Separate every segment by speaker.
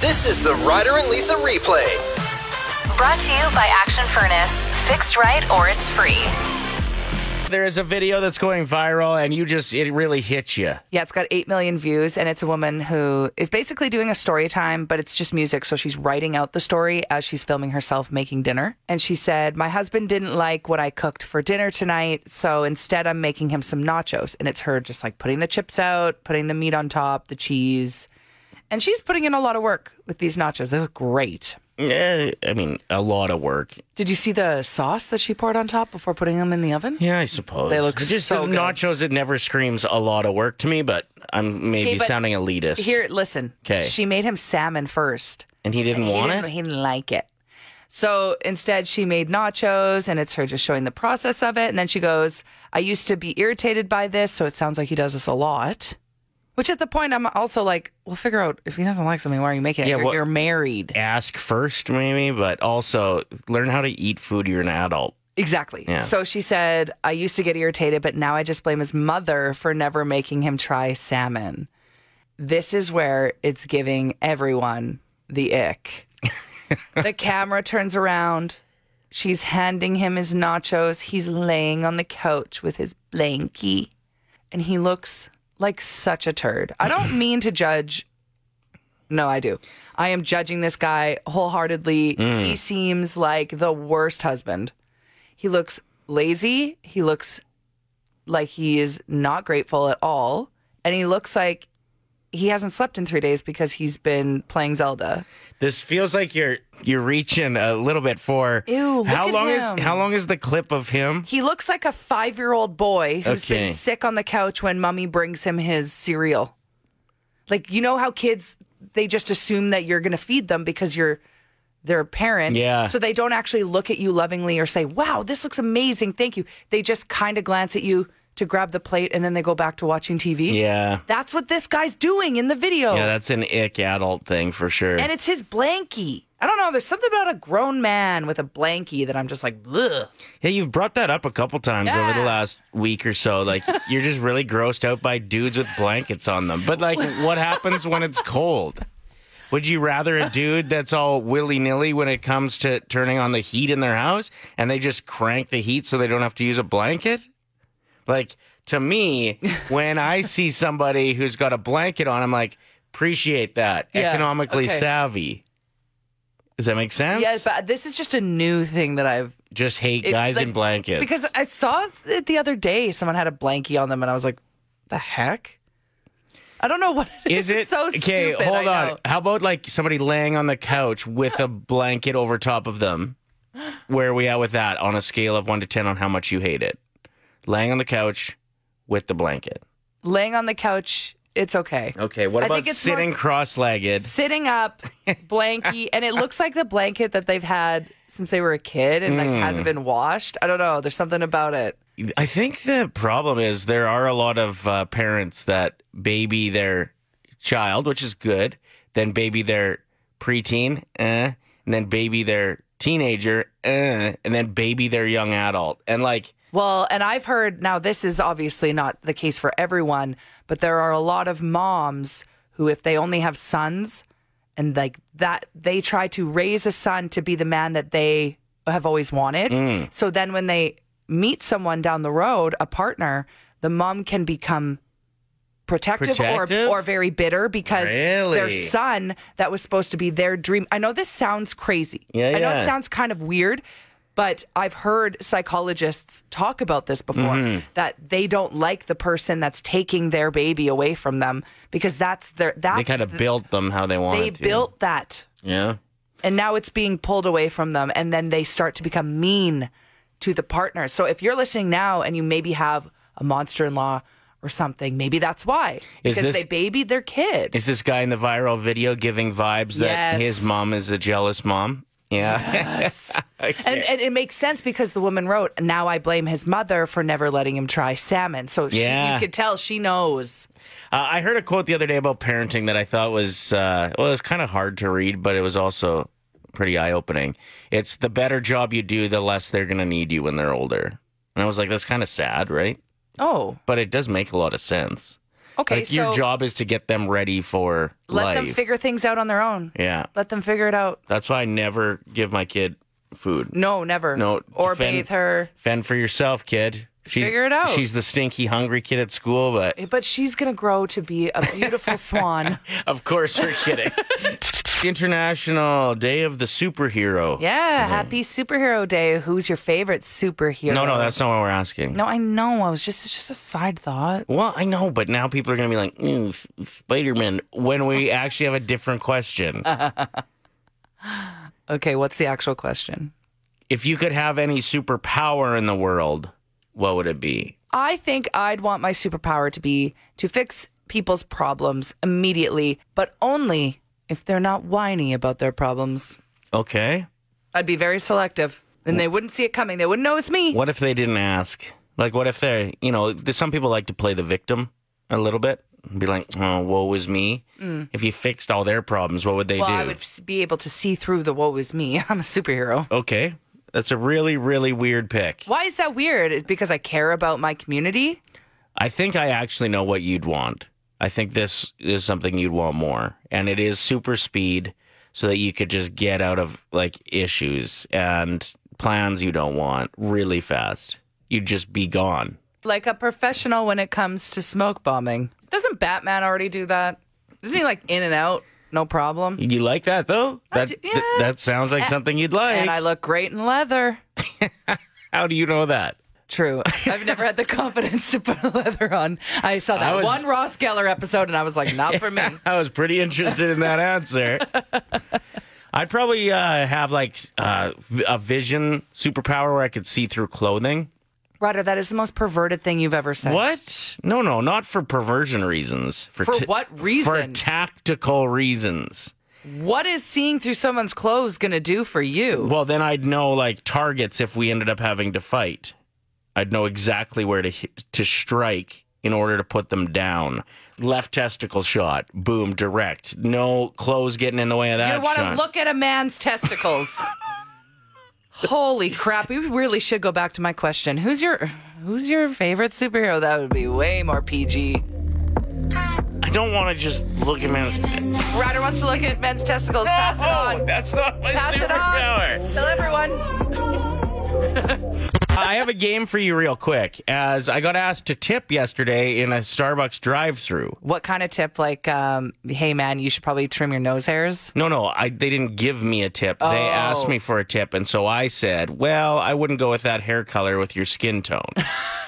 Speaker 1: This is the Ryder and Lisa replay.
Speaker 2: Brought to you by Action Furnace. Fixed right or it's free.
Speaker 3: There is a video that's going viral, and you just, it really hits you.
Speaker 4: Yeah, it's got 8 million views, and it's a woman who is basically doing a story time, but it's just music. So she's writing out the story as she's filming herself making dinner. And she said, My husband didn't like what I cooked for dinner tonight. So instead, I'm making him some nachos. And it's her just like putting the chips out, putting the meat on top, the cheese. And she's putting in a lot of work with these nachos. They look great.
Speaker 3: Eh, I mean, a lot of work.
Speaker 4: Did you see the sauce that she poured on top before putting them in the oven?
Speaker 3: Yeah, I suppose.
Speaker 4: They look
Speaker 3: It's just
Speaker 4: so
Speaker 3: the
Speaker 4: good.
Speaker 3: nachos. It never screams a lot of work to me, but I'm maybe
Speaker 4: Okay, but
Speaker 3: sounding elitist.
Speaker 4: Here, listen.
Speaker 3: 'Kay.
Speaker 4: She made him salmon first.
Speaker 3: and he didn't want
Speaker 4: he didn't,
Speaker 3: it.
Speaker 4: He didn't like it. So instead, she made nachos, and it's her just showing the process of it. And then she goes, "I used to be irritated by this, so it sounds like he does this a lot." Which at the point, I'm also like, "Well, figure out if he doesn't like something, why are you making it?
Speaker 3: Yeah,
Speaker 4: you're,
Speaker 3: what-
Speaker 4: you're married,
Speaker 3: Ask first, maybe, but also learn how to eat food. You're an adult.
Speaker 4: exactly."
Speaker 3: Yeah.
Speaker 4: So she said, "I used to get irritated, but now I just blame his mother for never making him try salmon." This is where it's giving everyone the ick. the camera turns around. She's handing him his nachos. He's laying on the couch with his blankie. And he looks like such a turd. I don't mean to judge. No, I do. I am judging this guy wholeheartedly. He seems like the worst husband. He looks lazy. He looks like he is not grateful at all. And he looks like he hasn't slept in three days because he's been playing Zelda.
Speaker 3: This feels like you're you're reaching a little bit for.
Speaker 4: Ew, look
Speaker 3: how
Speaker 4: at
Speaker 3: long
Speaker 4: him.
Speaker 3: is how long is the clip of him?
Speaker 4: He looks like a five year old boy who's
Speaker 3: Okay.
Speaker 4: been sick on the couch when mommy brings him his cereal. Like, you know how kids, they just assume that you're going to feed them because you're their parent.
Speaker 3: Yeah.
Speaker 4: So they don't actually look at you lovingly or say, wow, this looks amazing. Thank you. They just kind of glance at you to grab the plate and then they go back to watching TV.
Speaker 3: Yeah,
Speaker 4: That's what this guy's doing in the video.
Speaker 3: yeah, that's an ick adult thing for sure.
Speaker 4: Oh. and it's his blankie. I don't know. There's something about a grown man with a blankie that I'm just like, ugh.
Speaker 3: Hey, you've brought that up a couple times over the
Speaker 4: Yeah.
Speaker 3: last week or so. Like, you're just really grossed out by dudes with blankets on them. But, like, what happens when it's cold? Would you rather a dude that's all willy nilly when it comes to turning on the heat in their house and they just crank the heat so they don't have to use a blanket? Like, to me, when I see somebody who's got a blanket on, I'm like, appreciate that.
Speaker 4: Yeah,
Speaker 3: Economically
Speaker 4: okay.
Speaker 3: savvy. Does that make sense?
Speaker 4: Yeah, but this is just a new thing that I've
Speaker 3: just hate
Speaker 4: It-
Speaker 3: guys
Speaker 4: like,
Speaker 3: in blankets.
Speaker 4: because I saw it the other day. Someone had a blankie on them, and I was like, "The heck." I don't know what it
Speaker 3: Is
Speaker 4: is.
Speaker 3: it
Speaker 4: It's so
Speaker 3: okay?
Speaker 4: stupid,
Speaker 3: hold
Speaker 4: I
Speaker 3: on.
Speaker 4: know.
Speaker 3: How about like somebody laying on the couch with a blanket over top of them? Where are we at with that on a scale of one to ten on how much you hate it? Laying on the couch with the blanket.
Speaker 4: Laying on the couch, it's okay.
Speaker 3: Okay. What
Speaker 4: I
Speaker 3: about
Speaker 4: think it's
Speaker 3: sitting
Speaker 4: most-
Speaker 3: cross-legged?
Speaker 4: Sitting up, blankie, and it looks like the blanket that they've had since they were a kid and
Speaker 3: Hmm.
Speaker 4: like hasn't been washed. I don't know. There's something about it.
Speaker 3: I think the problem is there are a lot of uh, parents that baby their child, which is good, then baby their preteen, eh, and then baby their teenager, eh, and then baby their young adult, and like.
Speaker 4: Well, and I've heard now this is obviously not the case for everyone, but there are a lot of moms who if they only have sons and like that they try to raise a son to be the man that they have always wanted.
Speaker 3: Mm.
Speaker 4: So then when they meet someone down the road, a partner, the mom can become protective,
Speaker 3: Protective?
Speaker 4: or or very bitter because their
Speaker 3: Really?
Speaker 4: son that was supposed to be their dream. I know this sounds crazy.
Speaker 3: Yeah,
Speaker 4: I know
Speaker 3: yeah.
Speaker 4: it sounds kind of weird, but I've heard psychologists talk about this before
Speaker 3: Mm-hmm.
Speaker 4: that they don't like the person that's taking their baby away from them because that's their that's
Speaker 3: they kind of built them how they wanted
Speaker 4: they
Speaker 3: to.
Speaker 4: built that
Speaker 3: yeah
Speaker 4: and now it's being pulled away from them and then they start to become mean to the partner. So if you're listening now and you maybe have a monster-in-law or something, maybe that's why
Speaker 3: Is
Speaker 4: because
Speaker 3: this-
Speaker 4: they babied their kid.
Speaker 3: is this guy in the viral video giving vibes that
Speaker 4: Yes.
Speaker 3: his mom is a jealous mom yeah
Speaker 4: And, and it makes sense because the woman wrote, "Now I blame his mother for never letting him try salmon." So she,
Speaker 3: Yeah.
Speaker 4: you could tell she knows.
Speaker 3: uh, i heard a quote the other day about parenting that i thought was uh, well it was kind of hard to read but it was also pretty eye-opening it's the better job you do the less they're going to need you when they're older and i was like that's kind of sad right
Speaker 4: Oh,
Speaker 3: but it does make a lot of sense
Speaker 4: Okay,
Speaker 3: like your
Speaker 4: so-
Speaker 3: job is to get them ready for
Speaker 4: Let
Speaker 3: life.
Speaker 4: them figure things out on their own.
Speaker 3: yeah,
Speaker 4: Let them figure it out.
Speaker 3: that's why I never give my kid food.
Speaker 4: No, never.
Speaker 3: No,
Speaker 4: Or
Speaker 3: defend-
Speaker 4: bathe her.
Speaker 3: Fend for yourself, kid. She's,
Speaker 4: Figure it out.
Speaker 3: She's the stinky, hungry kid at school, but
Speaker 4: But she's gonna grow to be a beautiful swan.
Speaker 3: of course we're kidding. International Day of the Superhero.
Speaker 4: Yeah. Happy superhero day. Who's your favorite superhero?
Speaker 3: No, no, that's not what we're asking.
Speaker 4: No, I know. I was just it's just a side thought.
Speaker 3: Well, I know, but now people are going to be like, "Ooh, F- Spider-Man," when we actually have a different question.
Speaker 4: Uh-huh. Okay, what's the actual question?
Speaker 3: if you could have any superpower in the world, what would it be?
Speaker 4: I think I'd want my superpower to be to fix people's problems immediately, but only if they're not whiny about their problems.
Speaker 3: Okay.
Speaker 4: I'd be very selective. And they wouldn't see it coming. They wouldn't know it's me.
Speaker 3: What if they didn't ask? Like, what if they're, you know, there's some people like to play the victim a little bit and be like, oh, woe is me. If you fixed all their problems, what would they
Speaker 4: Mm. well,
Speaker 3: do?
Speaker 4: I would s- be able to see through the woe is me. I'm a superhero.
Speaker 3: Okay. That's a really, really weird pick.
Speaker 4: Why is that weird? It's because I care about my community.
Speaker 3: I think I actually know what you'd want. I think this is something you'd want more, and it is super speed, so that you could just get out of like issues and plans you don't want really fast. You'd just be gone.
Speaker 4: Like a professional when it comes to smoke bombing. Doesn't Batman already do that? Isn't he like in and out? No problem.
Speaker 3: You like that though? That
Speaker 4: d-
Speaker 3: th-
Speaker 4: yeah.
Speaker 3: that sounds like something you'd like.
Speaker 4: And I look great in leather.
Speaker 3: How do you know that?
Speaker 4: True. I've never had the confidence to put leather on. I saw that
Speaker 3: I was-
Speaker 4: one Ross Geller episode and I was like, not for me.
Speaker 3: I was pretty interested in that answer. I'd probably uh, have like s- uh, v- a vision superpower where I could see through clothing.
Speaker 4: Ryder, that is the most perverted thing you've ever said.
Speaker 3: What? No, no, not for perversion reasons.
Speaker 4: For
Speaker 3: ta-
Speaker 4: what reason?
Speaker 3: For tactical reasons.
Speaker 4: What is seeing through someone's clothes going to do for you?
Speaker 3: Well, then I'd know like targets if we ended up having to fight. I'd know exactly where to hi- to strike in order to put them down. Left testicle shot, boom, direct. No clothes getting in the way of that
Speaker 4: You want to
Speaker 3: shot.
Speaker 4: look at a man's testicles. Holy crap! We really should go back to my question. Who's your Who's your favorite superhero? That would be way more PG.
Speaker 3: I don't want to just look at man's.
Speaker 4: Ryder wants to look at men's testicles. Pass it
Speaker 3: No,
Speaker 4: on.
Speaker 3: that's not my
Speaker 4: Pass it
Speaker 3: superpower.
Speaker 4: on. Tell everyone.
Speaker 3: I have a game for you, real quick. As I got asked to tip yesterday in a Starbucks drive-through.
Speaker 4: What kind of tip? Like, um, hey man, you should probably trim your nose hairs.
Speaker 3: No, no, I they didn't give me a tip. They
Speaker 4: Oh.
Speaker 3: asked me for a tip, and so I said, "Well, I wouldn't go with that hair color with your skin tone."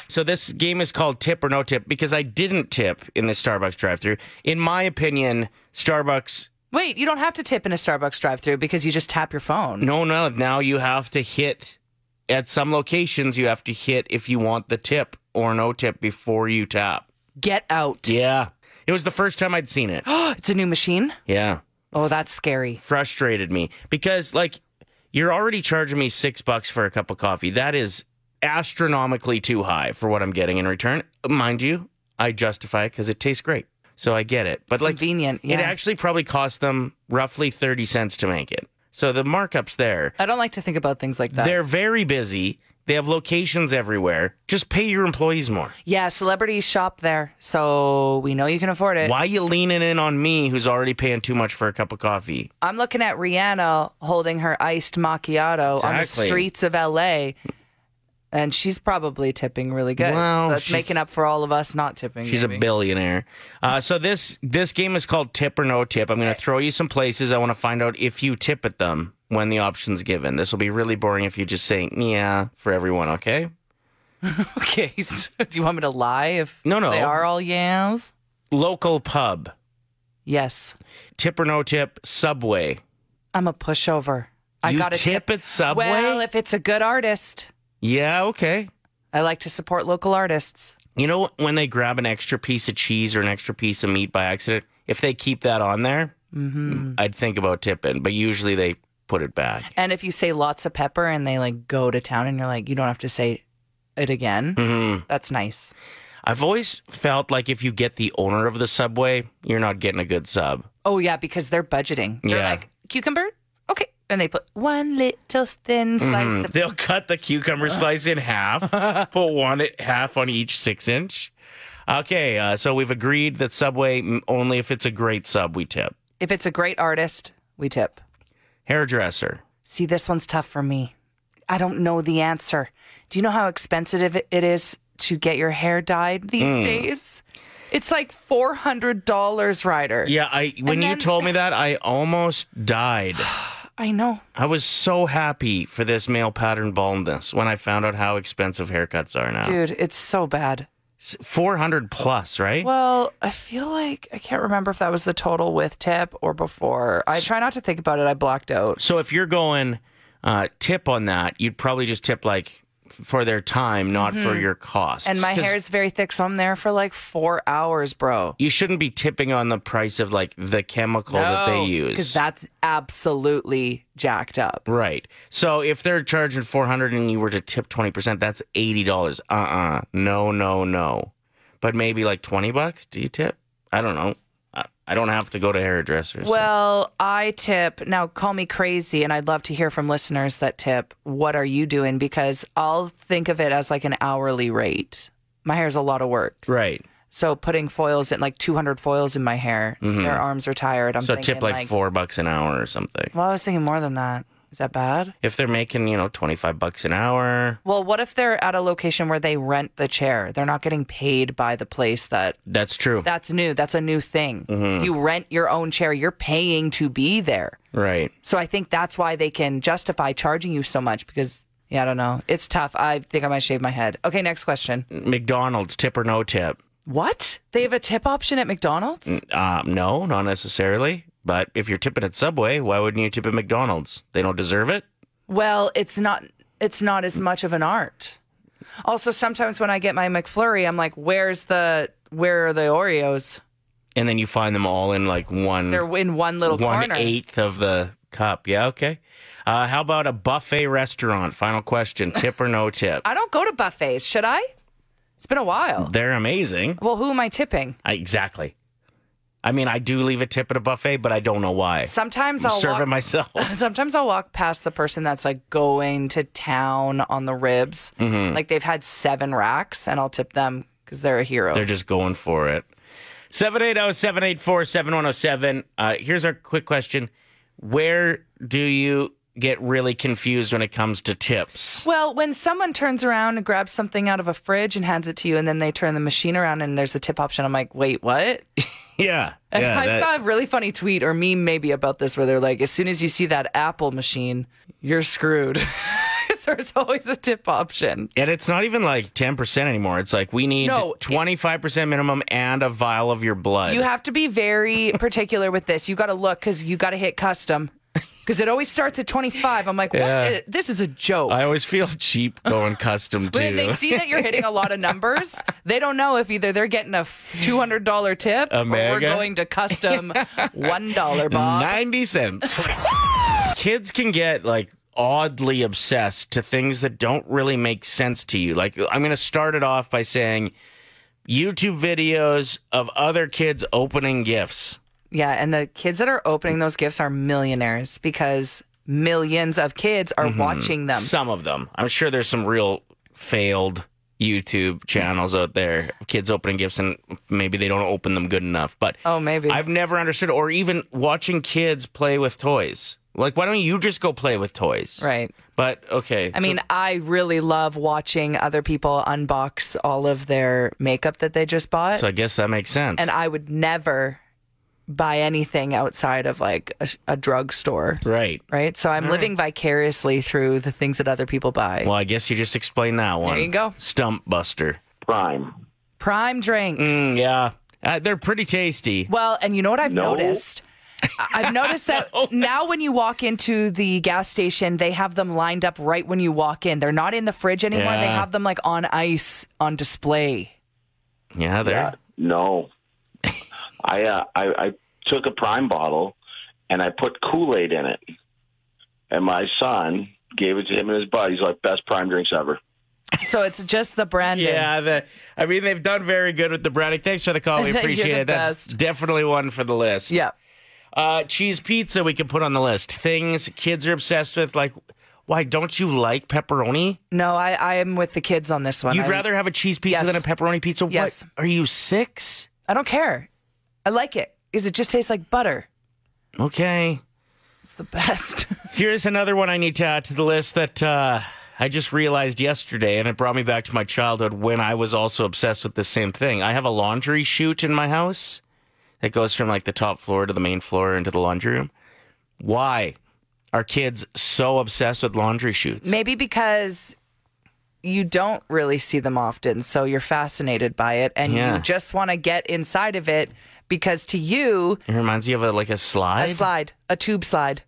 Speaker 3: so this game is called Tip or No Tip because I didn't tip in the Starbucks drive-through. In my opinion, Starbucks.
Speaker 4: Wait, you don't have to tip in a Starbucks drive-through because you just tap your phone.
Speaker 3: No, no, now you have to hit at some locations. You have to hit if you want the tip or no tip before you tap.
Speaker 4: Get out.
Speaker 3: Yeah, it was the first time I'd seen it.
Speaker 4: It's a new machine.
Speaker 3: Yeah.
Speaker 4: Oh, that's scary.
Speaker 3: frustrated me because like you're already charging me six bucks for a cup of coffee. That is astronomically too high for what I'm getting in return. Mind you, I justify it because it tastes great. So I get it. But like
Speaker 4: Convenient. Yeah.
Speaker 3: it actually probably cost them roughly 30 cents to make it. So the markup's there.
Speaker 4: I don't like to think about things like that.
Speaker 3: They're very busy. They have locations everywhere. Just pay your employees more.
Speaker 4: Yeah, celebrities shop there, so we know you can afford it.
Speaker 3: Why you leaning in on me who's already paying too much for a cup of coffee?
Speaker 4: I'm looking at Rihanna holding her iced macchiato on the
Speaker 3: Exactly.
Speaker 4: streets of LA. And she's probably tipping really good.
Speaker 3: Well,
Speaker 4: so that's
Speaker 3: she's-
Speaker 4: making up for all of us not tipping.
Speaker 3: She's a
Speaker 4: maybe.
Speaker 3: billionaire. Uh, so this this game is called Tip or No Tip. I'm
Speaker 4: Eh.
Speaker 3: going to throw you some places. I want to find out if you tip at them when the option's given. This will be really boring if you just say yeah for everyone. Okay?
Speaker 4: Okay. so do you want me to lie if
Speaker 3: No, no.
Speaker 4: they are all yams?
Speaker 3: Local pub,
Speaker 4: Yes.
Speaker 3: Tip or No Tip, Subway.
Speaker 4: I'm a pushover. I
Speaker 3: you
Speaker 4: got to
Speaker 3: tip, at Subway.
Speaker 4: Well, if it's a good artist,
Speaker 3: yeah, okay.
Speaker 4: I like to support local artists.
Speaker 3: You know when they grab an extra piece of cheese or an extra piece of meat by accident, if they keep that on there, I'd think about tipping. But usually they put it back.
Speaker 4: And if you say lots of pepper and they like go to town and you're like, you don't have to say it again,
Speaker 3: hmm
Speaker 4: that's nice.
Speaker 3: I've always felt like if you get the owner of the subway, you're not getting a good sub.
Speaker 4: Oh, yeah, because they're budgeting. They're
Speaker 3: Yeah.
Speaker 4: like, cucumber? Okay. And they put one little thin
Speaker 3: Mm-hmm. Mm.
Speaker 4: slice of.
Speaker 3: e-, They'll cut the cucumber slice in half, put one half on each six inch. Okay, uh, so we've agreed that Subway mm, only if it's a great sub we tip.
Speaker 4: If it's a great artist, we tip.
Speaker 3: Hairdresser.
Speaker 4: See, this one's tough for me. I don't know the answer. Do you know how expensive it it is to get your hair dyed these
Speaker 3: Hmm.
Speaker 4: days? It's like four hundred dollars, Ryder.
Speaker 3: Yeah, I when you
Speaker 4: then-
Speaker 3: told me that I almost died.
Speaker 4: I know.
Speaker 3: I was so happy for this male pattern baldness when I found out how expensive haircuts are now.
Speaker 4: Dude, it's so bad.
Speaker 3: S- 400 plus, right?
Speaker 4: Well, I feel like I can't remember if that was the total with tip or before. I try not to think about it. I blocked out.
Speaker 3: So if you're going uh, tip on that, you'd probably just tip like f- for their time, not for your cost.
Speaker 4: Mm-hmm. And my hair is very thick, so I'm there for like four hours, bro.
Speaker 3: You shouldn't be tipping on the price of like the chemical that they use.
Speaker 4: Because that's absolutely jacked up.
Speaker 3: Right. So if they're charging 400 and you were to tip 20%, that's $80. Uh-uh. No, no, no. But maybe like 20 bucks, do you tip? I don't know. I, I don't have to go to hairdressers.
Speaker 4: Well, I tip. Now, call me crazy, and I'd love to hear from listeners that tip. What are you doing? Because I'll think of it as like an hourly rate. My hair's a lot of work.
Speaker 3: right.
Speaker 4: So putting foils in, like 200 foils in my hair, their arms are tired. I'm
Speaker 3: Mm-hmm. So
Speaker 4: thinking
Speaker 3: tip like, 4 bucks an hour or something.
Speaker 4: Well, I was thinking more than that. Is that bad?
Speaker 3: If they're making, you know, 25 bucks an hour,
Speaker 4: Well, what if they're at a location where they rent the chair? They're not getting paid by the place that
Speaker 3: that's true.
Speaker 4: that's new. That's a new thing. You rent your own chair, you're paying to be there.
Speaker 3: right.
Speaker 4: So I think that's why they can justify charging you so much because, yeah, I don't know. It's tough. I think I might shave my head. Okay, next question.
Speaker 3: McDonald's tip or no tip?
Speaker 4: What? They have a tip option at McDonald's?
Speaker 3: Um, no, not necessarily. But if you're tipping at Subway, why wouldn't you tip at McDonald's? They don't deserve it.
Speaker 4: Well, it's not it's not as much of an art. Also, sometimes when I get my McFlurry, I'm like, where's the where are the Oreos?
Speaker 3: And then you find them all in like one
Speaker 4: They're in one little
Speaker 3: Mm. one
Speaker 4: corner.
Speaker 3: eighth of the cup. Yeah, okay. Uh, how about a buffet restaurant? Final question: tip or no tip?
Speaker 4: I don't go to buffets, should I? It's been a while.
Speaker 3: They're amazing.
Speaker 4: Well, who am I tipping?
Speaker 3: I, exactly. I mean, I do leave a tip at a buffet, but I don't know why.
Speaker 4: Sometimes
Speaker 3: I'm
Speaker 4: I'll
Speaker 3: serving
Speaker 4: walk,
Speaker 3: myself.
Speaker 4: sometimes I'll walk past the person that's like going to town on the ribs.
Speaker 3: Mm-hmm.
Speaker 4: Like they've had seven racks, and I'll tip them because they're a hero.
Speaker 3: They're just going for it. oh, 780-784-7107. Uh, here's our quick question: Where do you get really confused when it comes to tips?
Speaker 4: well, when someone turns around and grabs something out of a fridge and hands it to you, and then they turn the machine around and there's a tip option, I'm like, wait, what?
Speaker 3: Yeah,
Speaker 4: And
Speaker 3: yeah,
Speaker 4: I
Speaker 3: that-
Speaker 4: saw a really funny tweet or meme maybe about this where they're like, as soon as you see that Apple machine, you're screwed. 'Cause There's always a tip option.
Speaker 3: And it's not even like 10% anymore. It's like we need
Speaker 4: No, it-
Speaker 3: 25% minimum and a vial of your blood.
Speaker 4: You have to be very particular with this. You got to look because you got to hit custom because it always starts at 25. I'm like, what?
Speaker 3: Yeah.
Speaker 4: This is a joke.
Speaker 3: I always feel cheap going custom
Speaker 4: when they
Speaker 3: too.
Speaker 4: see that you're hitting a lot of numbers, they don't know if either they're getting a $200 tip or we're
Speaker 3: mega?
Speaker 4: going to custom $1, Bob.
Speaker 3: 90 cents. Kids can get like oddly obsessed to things that don't really make sense to you. Like, I'm going to start it off by saying YouTube videos of other kids opening gifts.
Speaker 4: Yeah, and the kids that are opening those gifts are millionaires because millions of kids
Speaker 3: Mm-hmm.
Speaker 4: are watching them.
Speaker 3: Some of them. I'm sure there's some real failed YouTube channels out there, of kids opening gifts, and maybe they don't open them good enough. But
Speaker 4: Oh, maybe.
Speaker 3: I've never understood, or even watching kids play with toys. Like, why don't you just go play with toys?
Speaker 4: right.
Speaker 3: But okay.
Speaker 4: I mean, I really love watching other people unbox all of their makeup that they just bought.
Speaker 3: so I guess that makes sense.
Speaker 4: and I would never buy anything outside of like a, a drugstore.
Speaker 3: right.
Speaker 4: Right. So I'm living vicariously through the things that other people buy.
Speaker 3: Well, I guess you just explained that one.
Speaker 4: you go.
Speaker 3: Stump Buster.
Speaker 5: Prime.
Speaker 4: Prime drinks.
Speaker 3: Mm, yeah. Uh, they're pretty tasty.
Speaker 4: Well, and you know what I've
Speaker 5: No.
Speaker 4: noticed? I- I've noticed that now when you walk into the gas station, they have them lined up right when you walk in. They're not in the fridge anymore. They
Speaker 3: Yeah.
Speaker 4: have them like on ice on display.
Speaker 3: Yeah, they're.
Speaker 5: Uh, no. I, uh, I I took a prime bottle and I put Kool Aid in it, and my son gave it to him and his buddy. He's like, best prime drinks ever.
Speaker 4: So it's just the branding.
Speaker 3: Yeah, the, I mean, they've done very good with the Braddock. Thanks for the call. We
Speaker 4: You're
Speaker 3: appreciate
Speaker 4: the
Speaker 3: it. That's
Speaker 4: best.
Speaker 3: definitely one for the list.
Speaker 4: Yeah.
Speaker 3: Uh, cheese pizza we can put on the list. Things kids are obsessed with. Like, Why don't you like pepperoni?
Speaker 4: No, I, I am with the kids on this one.
Speaker 3: You'd
Speaker 4: I-
Speaker 3: rather have a cheese pizza
Speaker 4: Yes.
Speaker 3: than a pepperoni pizza?
Speaker 4: Yes.
Speaker 3: What? Are you six?
Speaker 4: I don't care. I like it because it just tastes like butter.
Speaker 3: Okay.
Speaker 4: It's the best.
Speaker 3: Here's another one I need to add to the list that uh, I just realized yesterday, and it brought me back to my childhood when I was also obsessed with the same thing. I have a laundry chute in my house that goes from like the top floor to the main floor into the laundry room. Why are kids so obsessed with laundry chutes?
Speaker 4: Maybe because you don't really see them often, so you're fascinated by it and
Speaker 3: Yeah.
Speaker 4: you just want to get inside of it because to you,
Speaker 3: It reminds you of a, like a
Speaker 4: a
Speaker 3: slide.
Speaker 4: slide, a tube slide.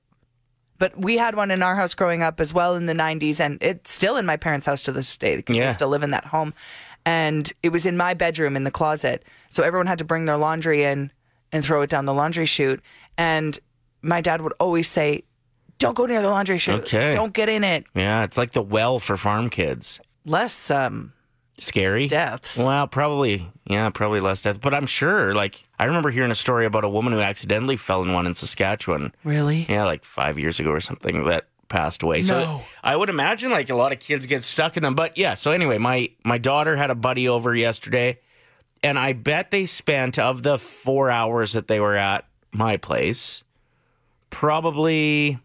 Speaker 4: But we had one in our house growing up as well in the 90s, and it's still in my parents' house to this day because
Speaker 3: Yeah.
Speaker 4: they still live in that home. And it was in my bedroom in the closet. So everyone had to bring their laundry in and throw it down the laundry chute. And my dad would always say, Don't go near the laundry chute.
Speaker 3: Okay.
Speaker 4: Don't get in it.
Speaker 3: Yeah, it's like the well for farm kids.
Speaker 4: Less um,
Speaker 3: Scary.
Speaker 4: deaths.
Speaker 3: Well, probably, yeah, probably less death. But I'm sure, like, I remember hearing a story about a woman who accidentally fell in one in Saskatchewan.
Speaker 4: Really?
Speaker 3: Yeah, like five years ago or something that passed away. So
Speaker 4: No.
Speaker 3: I would imagine like a lot of kids get stuck in them. But yeah, so anyway, my my daughter had a buddy over yesterday, and I bet they spent of the four hours that they were at my place, probably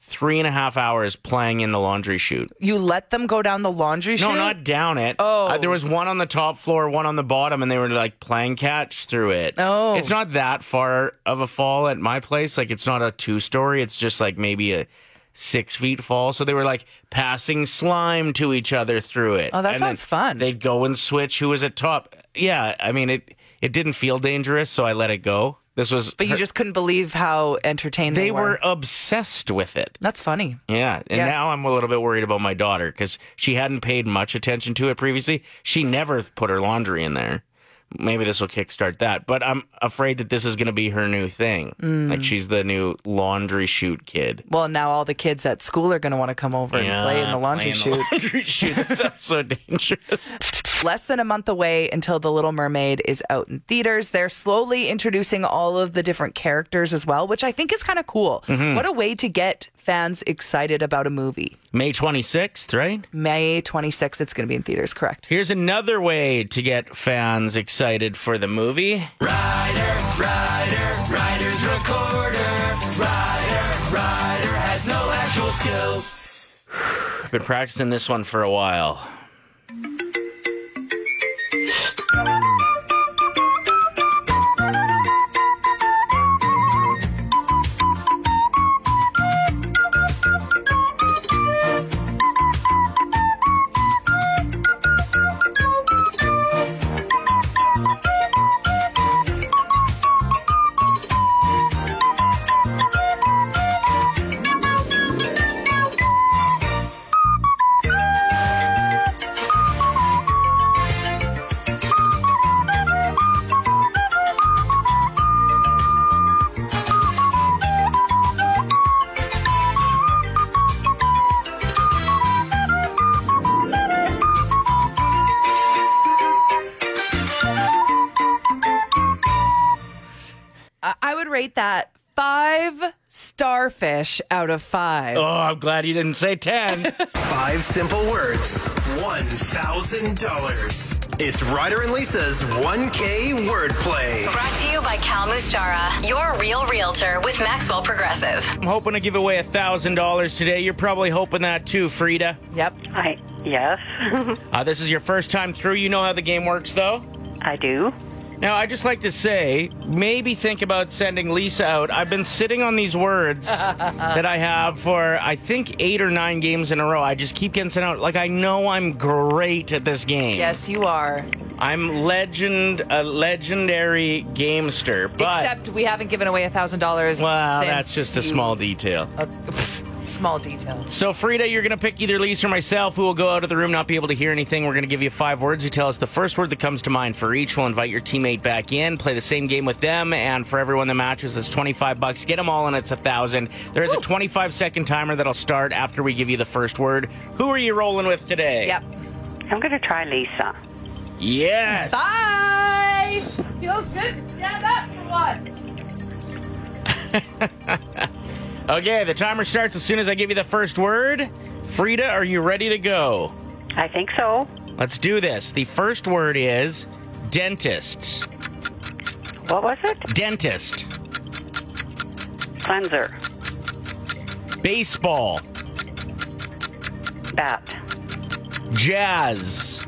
Speaker 3: three and a half hours playing in the laundry chute.
Speaker 4: You let them go down the laundry chute?
Speaker 3: No, not down it.
Speaker 4: Oh.
Speaker 3: Uh, there was one on the top floor, one on the bottom, and they were like playing catch through it.
Speaker 4: Oh.
Speaker 3: It's not that far of a fall at my place. Like, it's not a two story, it's just like maybe a six feet fall. So they were like passing slime to each other through it.
Speaker 4: Oh, that
Speaker 3: And
Speaker 4: sounds
Speaker 3: then
Speaker 4: fun.
Speaker 3: They'd go and switch who was at top. Yeah, I mean, it, it didn't feel dangerous, so I let it go. This was.
Speaker 4: But you just couldn't believe how entertained
Speaker 3: They were obsessed with it.
Speaker 4: That's funny.
Speaker 3: Yeah, and
Speaker 4: Yeah.
Speaker 3: now I'm a little bit worried about my daughter because she hadn't paid much attention to it previously. She never put her laundry in there. Maybe this will kickstart that, but I'm afraid that this is going to be her new thing.
Speaker 4: Mm.
Speaker 3: Like she's the new laundry chute kid.
Speaker 4: Well, now all the kids at school are going to want to come over and play in the laundry
Speaker 3: play in
Speaker 4: chute.
Speaker 3: the laundry chute. That sounds so dangerous.
Speaker 4: Less than a month away until The Little Mermaid is out in theaters. They're slowly introducing all of the different characters as well, which I think is kind of cool.
Speaker 3: Mm-hmm.
Speaker 4: What a way to get fans excited about a movie.
Speaker 3: May 26th, right?
Speaker 4: May 26th, it's going to be in theaters, correct?
Speaker 3: Here's another way to get fans excited for the movie. Rider, rider, rider's recorder. Rider, rider has no actual skills. Been practicing this one for a while.
Speaker 4: I, I would rate that five starfish out of five.
Speaker 3: Oh, I'm glad you didn't say 10.
Speaker 1: Five simple words, $1,000. It's Ryder and Lisa's 1K wordplay.
Speaker 2: Brought to you by Cal Mustara, your real realtor with Maxwell Progressive.
Speaker 3: I'm hoping to give away $1,000 today. You're probably hoping that too, Frida.
Speaker 4: Yep.
Speaker 6: I yes,
Speaker 3: Uh, this is your first time through. You know how the game works, though.
Speaker 6: I do.
Speaker 3: Now, I just like to say, maybe think about sending Lisa out. I've been sitting on these words that I have for, I think, eight or nine games in a row. I just keep getting sent out. Like, I know I'm great at this game.
Speaker 4: Yes, you are.
Speaker 3: I'm legend, a legendary gamester. But,
Speaker 4: Except we haven't given away a thousand dollars.
Speaker 3: well, that's just a small detail.
Speaker 4: small detail.
Speaker 3: So, Frida, you're going to pick either Lisa or myself. who will go out of the room, not be able to hear anything. We're going to give you five words. You tell us the first word that comes to mind for each. We'll invite your teammate back in, play the same game with them, and for everyone that matches, it's 25 bucks. Get them all, and it's a thousand. There is a 25 second timer that'll start after we give you the first word. Who are you rolling with today?
Speaker 4: Yep.
Speaker 6: I'm going to try Lisa.
Speaker 3: Yes.
Speaker 4: Bye. Feels good to stand up for once.
Speaker 3: Okay, the timer starts as soon as I give you the first word. Frida, are you ready to go?
Speaker 6: I think so.
Speaker 3: Let's do this. The first word is dentist.
Speaker 6: What was it?
Speaker 3: Dentist.
Speaker 6: Cleanser.
Speaker 3: Baseball.
Speaker 6: Bat.
Speaker 3: Jazz.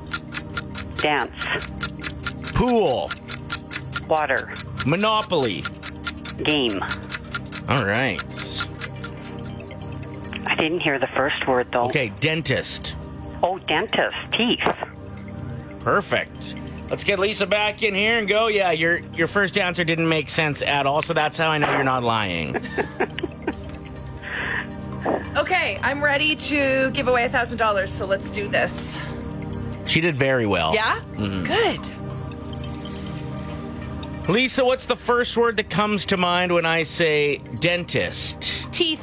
Speaker 6: Dance.
Speaker 3: Pool.
Speaker 6: Water.
Speaker 3: Monopoly.
Speaker 6: Game.
Speaker 3: All right.
Speaker 6: I didn't hear the first word though.
Speaker 3: Okay, dentist.
Speaker 6: Oh, dentist. Teeth.
Speaker 3: Perfect. Let's get Lisa back in here and go. Yeah, your your first answer didn't make sense at all, so that's how I know you're not lying.
Speaker 7: Okay, I'm ready to give away a thousand dollars. So let's do this.
Speaker 3: She did very well.
Speaker 7: Yeah.
Speaker 3: Mm-hmm.
Speaker 7: Good.
Speaker 3: Lisa, what's the first word that comes to mind when I say dentist?
Speaker 7: Teeth.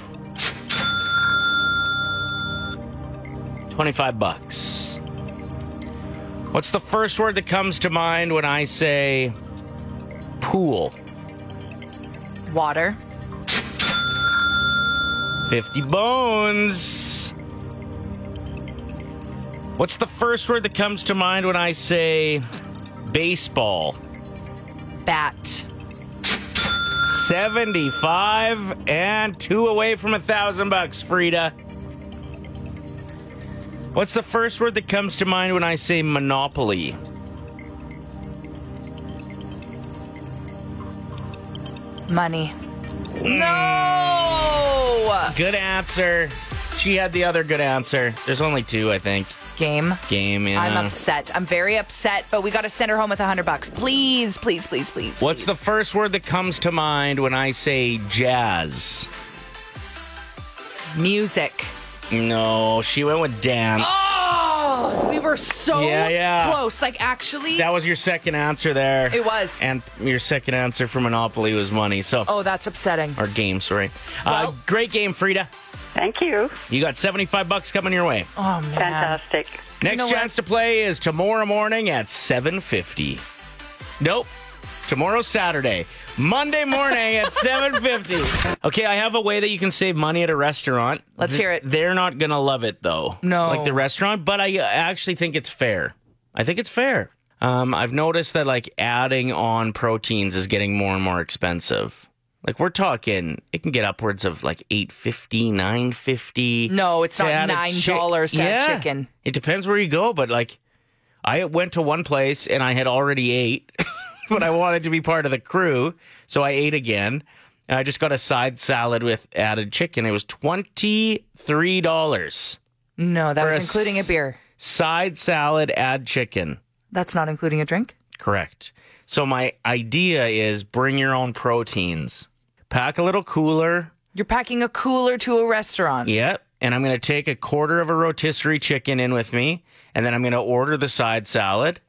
Speaker 3: 25 bucks. What's the first word that comes to mind when I say pool?
Speaker 4: Water.
Speaker 3: 50 bones. What's the first word that comes to mind when I say baseball?
Speaker 4: Bat.
Speaker 3: 75 and two away from a thousand bucks, Frida. What's the first word that comes to mind when I say monopoly?
Speaker 4: Money.
Speaker 3: Mm.
Speaker 7: No.
Speaker 3: Good answer. She had the other good answer. There's only two, I think.
Speaker 4: Game.
Speaker 3: Game, yeah.
Speaker 4: I'm upset. I'm very upset, but we got to send her home with a hundred bucks. Please, please, please, please.
Speaker 3: What's the first word that comes to mind when I say jazz?
Speaker 4: the music?
Speaker 3: No, she went with dance.
Speaker 7: Oh, we were so
Speaker 3: Yeah, yeah.
Speaker 7: close. Like actually,
Speaker 3: That was your second answer there.
Speaker 7: it was.
Speaker 3: And your second answer for Monopoly was money. So,
Speaker 4: Oh, that's upsetting.
Speaker 3: or game, sorry. uh,
Speaker 7: Well-
Speaker 3: great game, Frida.
Speaker 6: Thank you.
Speaker 3: You got 75 bucks coming your way.
Speaker 4: Oh man.
Speaker 6: Fantastic.
Speaker 3: Next chance to play is tomorrow morning at 7.50. Nope. Tomorrow Saturday. Monday morning at 7.50. Okay, I have a way that you can save money at a restaurant.
Speaker 4: Let's hear it.
Speaker 3: They're not going to love it, though.
Speaker 4: No.
Speaker 3: Like the restaurant, but I uh, actually think it's fair. I think it's fair. Um, I've noticed that, like, adding on proteins is getting more and more expensive. Like, we're talking, it can get upwards of, like, 850 950
Speaker 4: No, it's
Speaker 3: to
Speaker 4: not
Speaker 3: add a
Speaker 4: nine
Speaker 3: chi-
Speaker 4: dollars to
Speaker 3: Yeah.
Speaker 4: have chicken.
Speaker 3: It depends where you go, but like I went to one place and I had already ate, but I wanted to be part of the crew, so I ate again. And I just got a side salad with added chicken. It was twenty three dollars.
Speaker 4: No, that
Speaker 3: For a
Speaker 4: was including a
Speaker 3: s-
Speaker 4: beer.
Speaker 3: Side salad add chicken.
Speaker 4: That's not including a drink.
Speaker 3: Correct. So my idea is bring your own proteins. Pack a little cooler.
Speaker 4: You're packing a cooler to a restaurant.
Speaker 3: Yep. And I'm going to take a quarter of a rotisserie chicken in with me. And then I'm going to order the side salad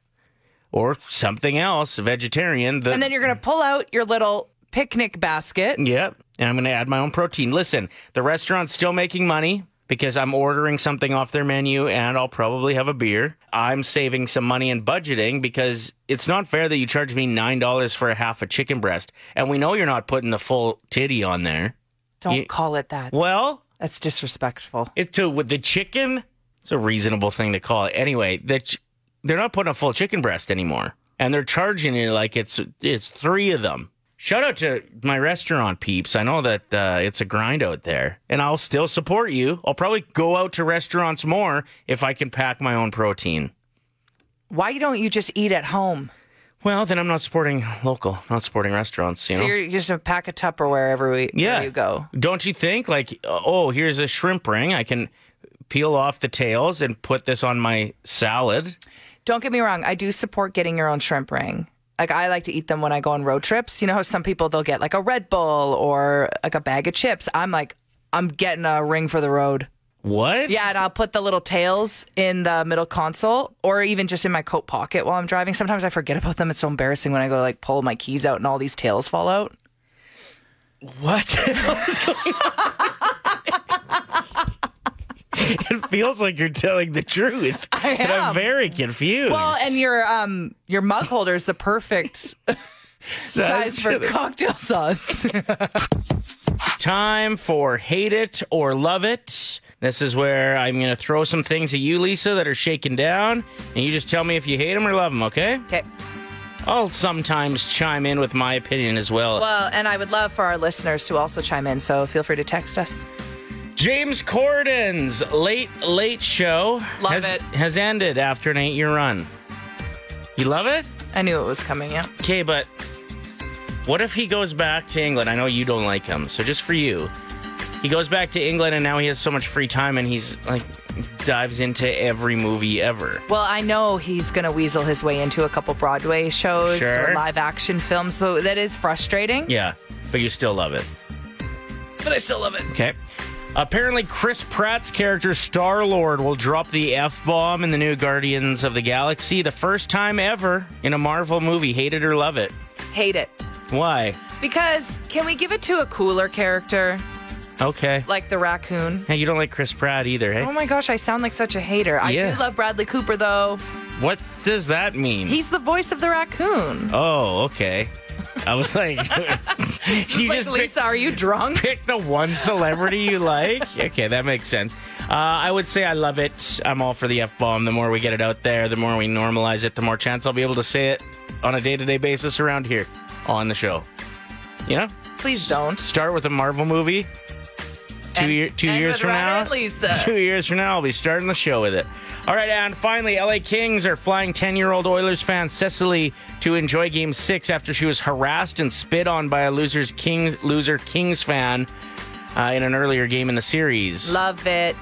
Speaker 3: or something else, vegetarian. The,
Speaker 4: And then you're gonna pull out your little picnic basket.
Speaker 3: yep. And I'm going to add my own protein. Listen, the restaurant's still making money because I'm ordering something off their menu and I'll probably have a beer. I'm saving some money in budgeting because it's not fair that you charge me $9 for a half a chicken breast. And we know you're not putting the full titty on there.
Speaker 4: Don't
Speaker 3: You-
Speaker 4: call it that.
Speaker 3: Well,
Speaker 4: That's disrespectful.
Speaker 3: It too with the chicken. It's a reasonable thing to call it. Anyway, that ch- they're not putting a full chicken breast anymore, and they're charging it like it's it's three of them. Shout out to my restaurant peeps. I know that uh, it's a grind out there, and I'll still support you. I'll probably go out to restaurants more if I can pack my own protein.
Speaker 4: Why don't you just eat at home?
Speaker 3: Well, then I'm not supporting local, not supporting restaurants. You
Speaker 4: So
Speaker 3: know,
Speaker 4: you're just gonna pack a Tupperware every week
Speaker 3: yeah,
Speaker 4: where you go.
Speaker 3: Don't you think? Like, oh, here's a shrimp ring. I can peel off the tails and put this on my salad.
Speaker 4: Don't get me wrong, I do support getting your own shrimp ring. Like I like to eat them when I go on road trips. You know how some people they'll get like a Red Bull or like a bag of chips. I'm like, I'm getting a ring for the road.
Speaker 3: What?
Speaker 4: Yeah, and I'll put the little tails in the middle console or even just in my coat pocket while I'm driving. Sometimes I forget about them. It's so embarrassing when I go like pull my keys out and all these tails fall out.
Speaker 3: What the hell is going on? it feels like you're telling the truth. I And I'm
Speaker 4: am.
Speaker 3: very confused.
Speaker 4: Well, and your um your mug holder is the perfect size for cocktail sauce.
Speaker 3: time for hate it or love it. This is where I'm going to throw some things at you, Lisa, that are shaken down, and you just tell me if you hate them or love them, okay?
Speaker 4: Okay.
Speaker 3: I'll sometimes chime in with my opinion as well.
Speaker 4: Well, and I would love for our listeners to also chime in, so feel free to text us.
Speaker 3: James Corden's Late Late Show
Speaker 4: Love
Speaker 3: has,
Speaker 4: it.
Speaker 3: has ended after an eight year run. You love it?
Speaker 4: I knew it was coming, yeah.
Speaker 3: Okay, but what if he goes back to England? I know you don't like him, so just for you, he goes back to England and now he has so much free time and he's like dives into every movie ever.
Speaker 4: Well, I know he's going to weasel his way into a couple Broadway shows
Speaker 3: Sure.
Speaker 4: or live action films, so that is frustrating.
Speaker 3: Yeah, but you still love it.
Speaker 4: But I still love it.
Speaker 3: Okay. Apparently, Chris Pratt's character Star Lord will drop the F bomb in the new Guardians of the Galaxy, the first time ever in a Marvel movie. Hate it or love it.
Speaker 4: Hate it.
Speaker 3: Why?
Speaker 4: Because can we give it to a cooler character
Speaker 3: Okay.
Speaker 4: like the raccoon?
Speaker 3: Hey, you don't like Chris Pratt either, hey?
Speaker 4: Oh my gosh, I sound like such a hater. I
Speaker 3: Yeah.
Speaker 4: do love Bradley Cooper though.
Speaker 3: What does that mean?
Speaker 4: He's the voice of the raccoon.
Speaker 3: Oh, okay. I was like, you
Speaker 4: like,
Speaker 3: just picked-
Speaker 4: Lisa, are you drunk?
Speaker 3: pick the one celebrity you like. Okay, that makes sense. Uh, I would say I love it. I'm all for the F bomb. The more we get it out there, the more we normalize it, the more chance I'll be able to say it on a day to day basis around here on the show. You know,
Speaker 4: Please don't.
Speaker 3: start with a Marvel movie. Two,
Speaker 4: And-
Speaker 3: year, two
Speaker 4: and
Speaker 3: years
Speaker 4: with
Speaker 3: from
Speaker 4: Ryder
Speaker 3: now,
Speaker 4: and Lisa.
Speaker 3: two years from now, I'll be starting the show with it. All right, and finally, LA Kings are flying 10 year old Oilers fan Cecily to enjoy game six after she was harassed and spit on by a loser's Kings, loser Kings fan uh, in an earlier game in the series.
Speaker 4: Love it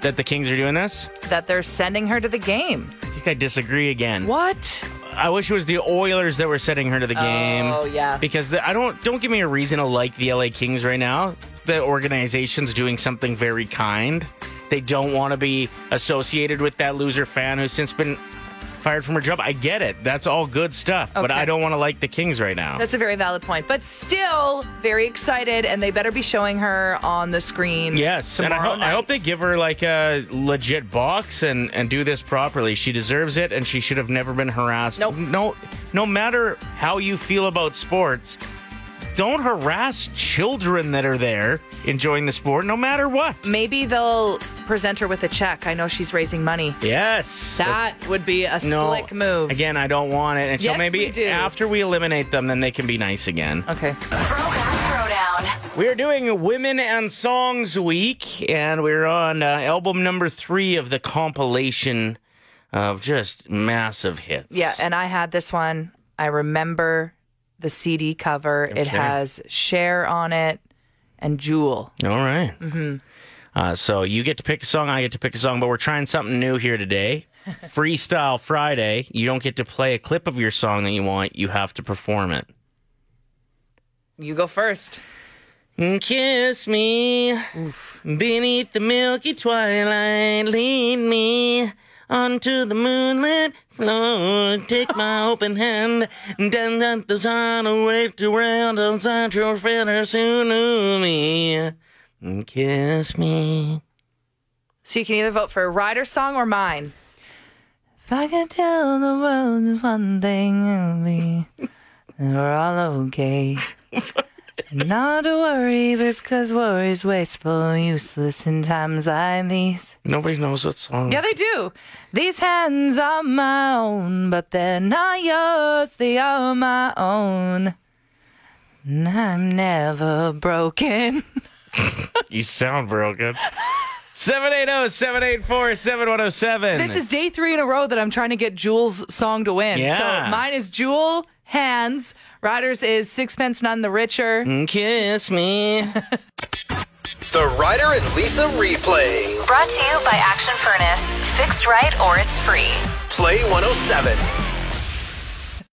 Speaker 3: that the Kings are doing this?
Speaker 4: that they're sending her to the game.
Speaker 3: I think I disagree again.
Speaker 4: What?
Speaker 3: I wish it was the Oilers that were sending her to the game.
Speaker 4: Oh, yeah.
Speaker 3: Because the, I don't don't give me a reason to like the LA Kings right now. The organization's doing something very kind. They don't want to be associated with that loser fan who's since been fired from her job. I get it. That's all good stuff. But
Speaker 4: Okay.
Speaker 3: I don't want to like the Kings right now.
Speaker 4: That's a very valid point, but still very excited, and they better be showing her on the screen.
Speaker 3: Yes, and I,
Speaker 4: tomorrow
Speaker 3: hope I hope
Speaker 4: night.
Speaker 3: they give her like a legit box and and do this properly. She deserves it, and she should have never been harassed.
Speaker 4: Nope.
Speaker 3: No, no matter how you feel about sports, don't harass children that are there enjoying the sport, no matter what.
Speaker 4: Maybe they'll present her with a check. I know she's raising money.
Speaker 3: Yes,
Speaker 4: That would be a slick move.
Speaker 3: Again, I don't want it until
Speaker 4: Yes,
Speaker 3: maybe
Speaker 4: we do.
Speaker 3: after we eliminate them, then they can be nice again.
Speaker 4: Okay.
Speaker 2: Throwback Throwdown.
Speaker 3: We are doing Women and Songs Week, and we're on uh, album number three of the compilation of just massive hits.
Speaker 4: Yeah, and I had this one. I remember the CD cover. It has Cher on it and Jewel.
Speaker 3: all Mm-hmm. Uh, so you get to pick a song, I get to pick a song, but we're trying something new here today. Freestyle Friday. You don't get to play a clip of your song that you want; you have to perform it.
Speaker 4: You go first.
Speaker 3: Mm, Kiss me beneath the milky twilight. Lead me onto the moonlit floor. Take my open hand and down the sun. Wave to round inside your feather soon. Me kiss me.
Speaker 4: So you can either vote for a Ryder song or mine. If I could tell the world there's one thing it'll be that we're all okay. Not to worry, because worry's wasteful, useless in times like these.
Speaker 3: Nobody knows what song.
Speaker 4: Yeah, they do. These hands are my own, but they're not yours. They are my own. And I'm never broken.
Speaker 3: You sound broken. oh, 780-784-7107.
Speaker 4: This is day three in a row that I'm trying to get Jules' song to win.
Speaker 3: Yeah.
Speaker 4: So mine is Jewel Hands. Ryder's is Sixpence None the Richer.
Speaker 3: Mm, Kiss me.
Speaker 1: The Ryder and Lisa replay. oh
Speaker 2: Brought to you by Action Furnace. Fixed right or it's free.
Speaker 1: Play 107.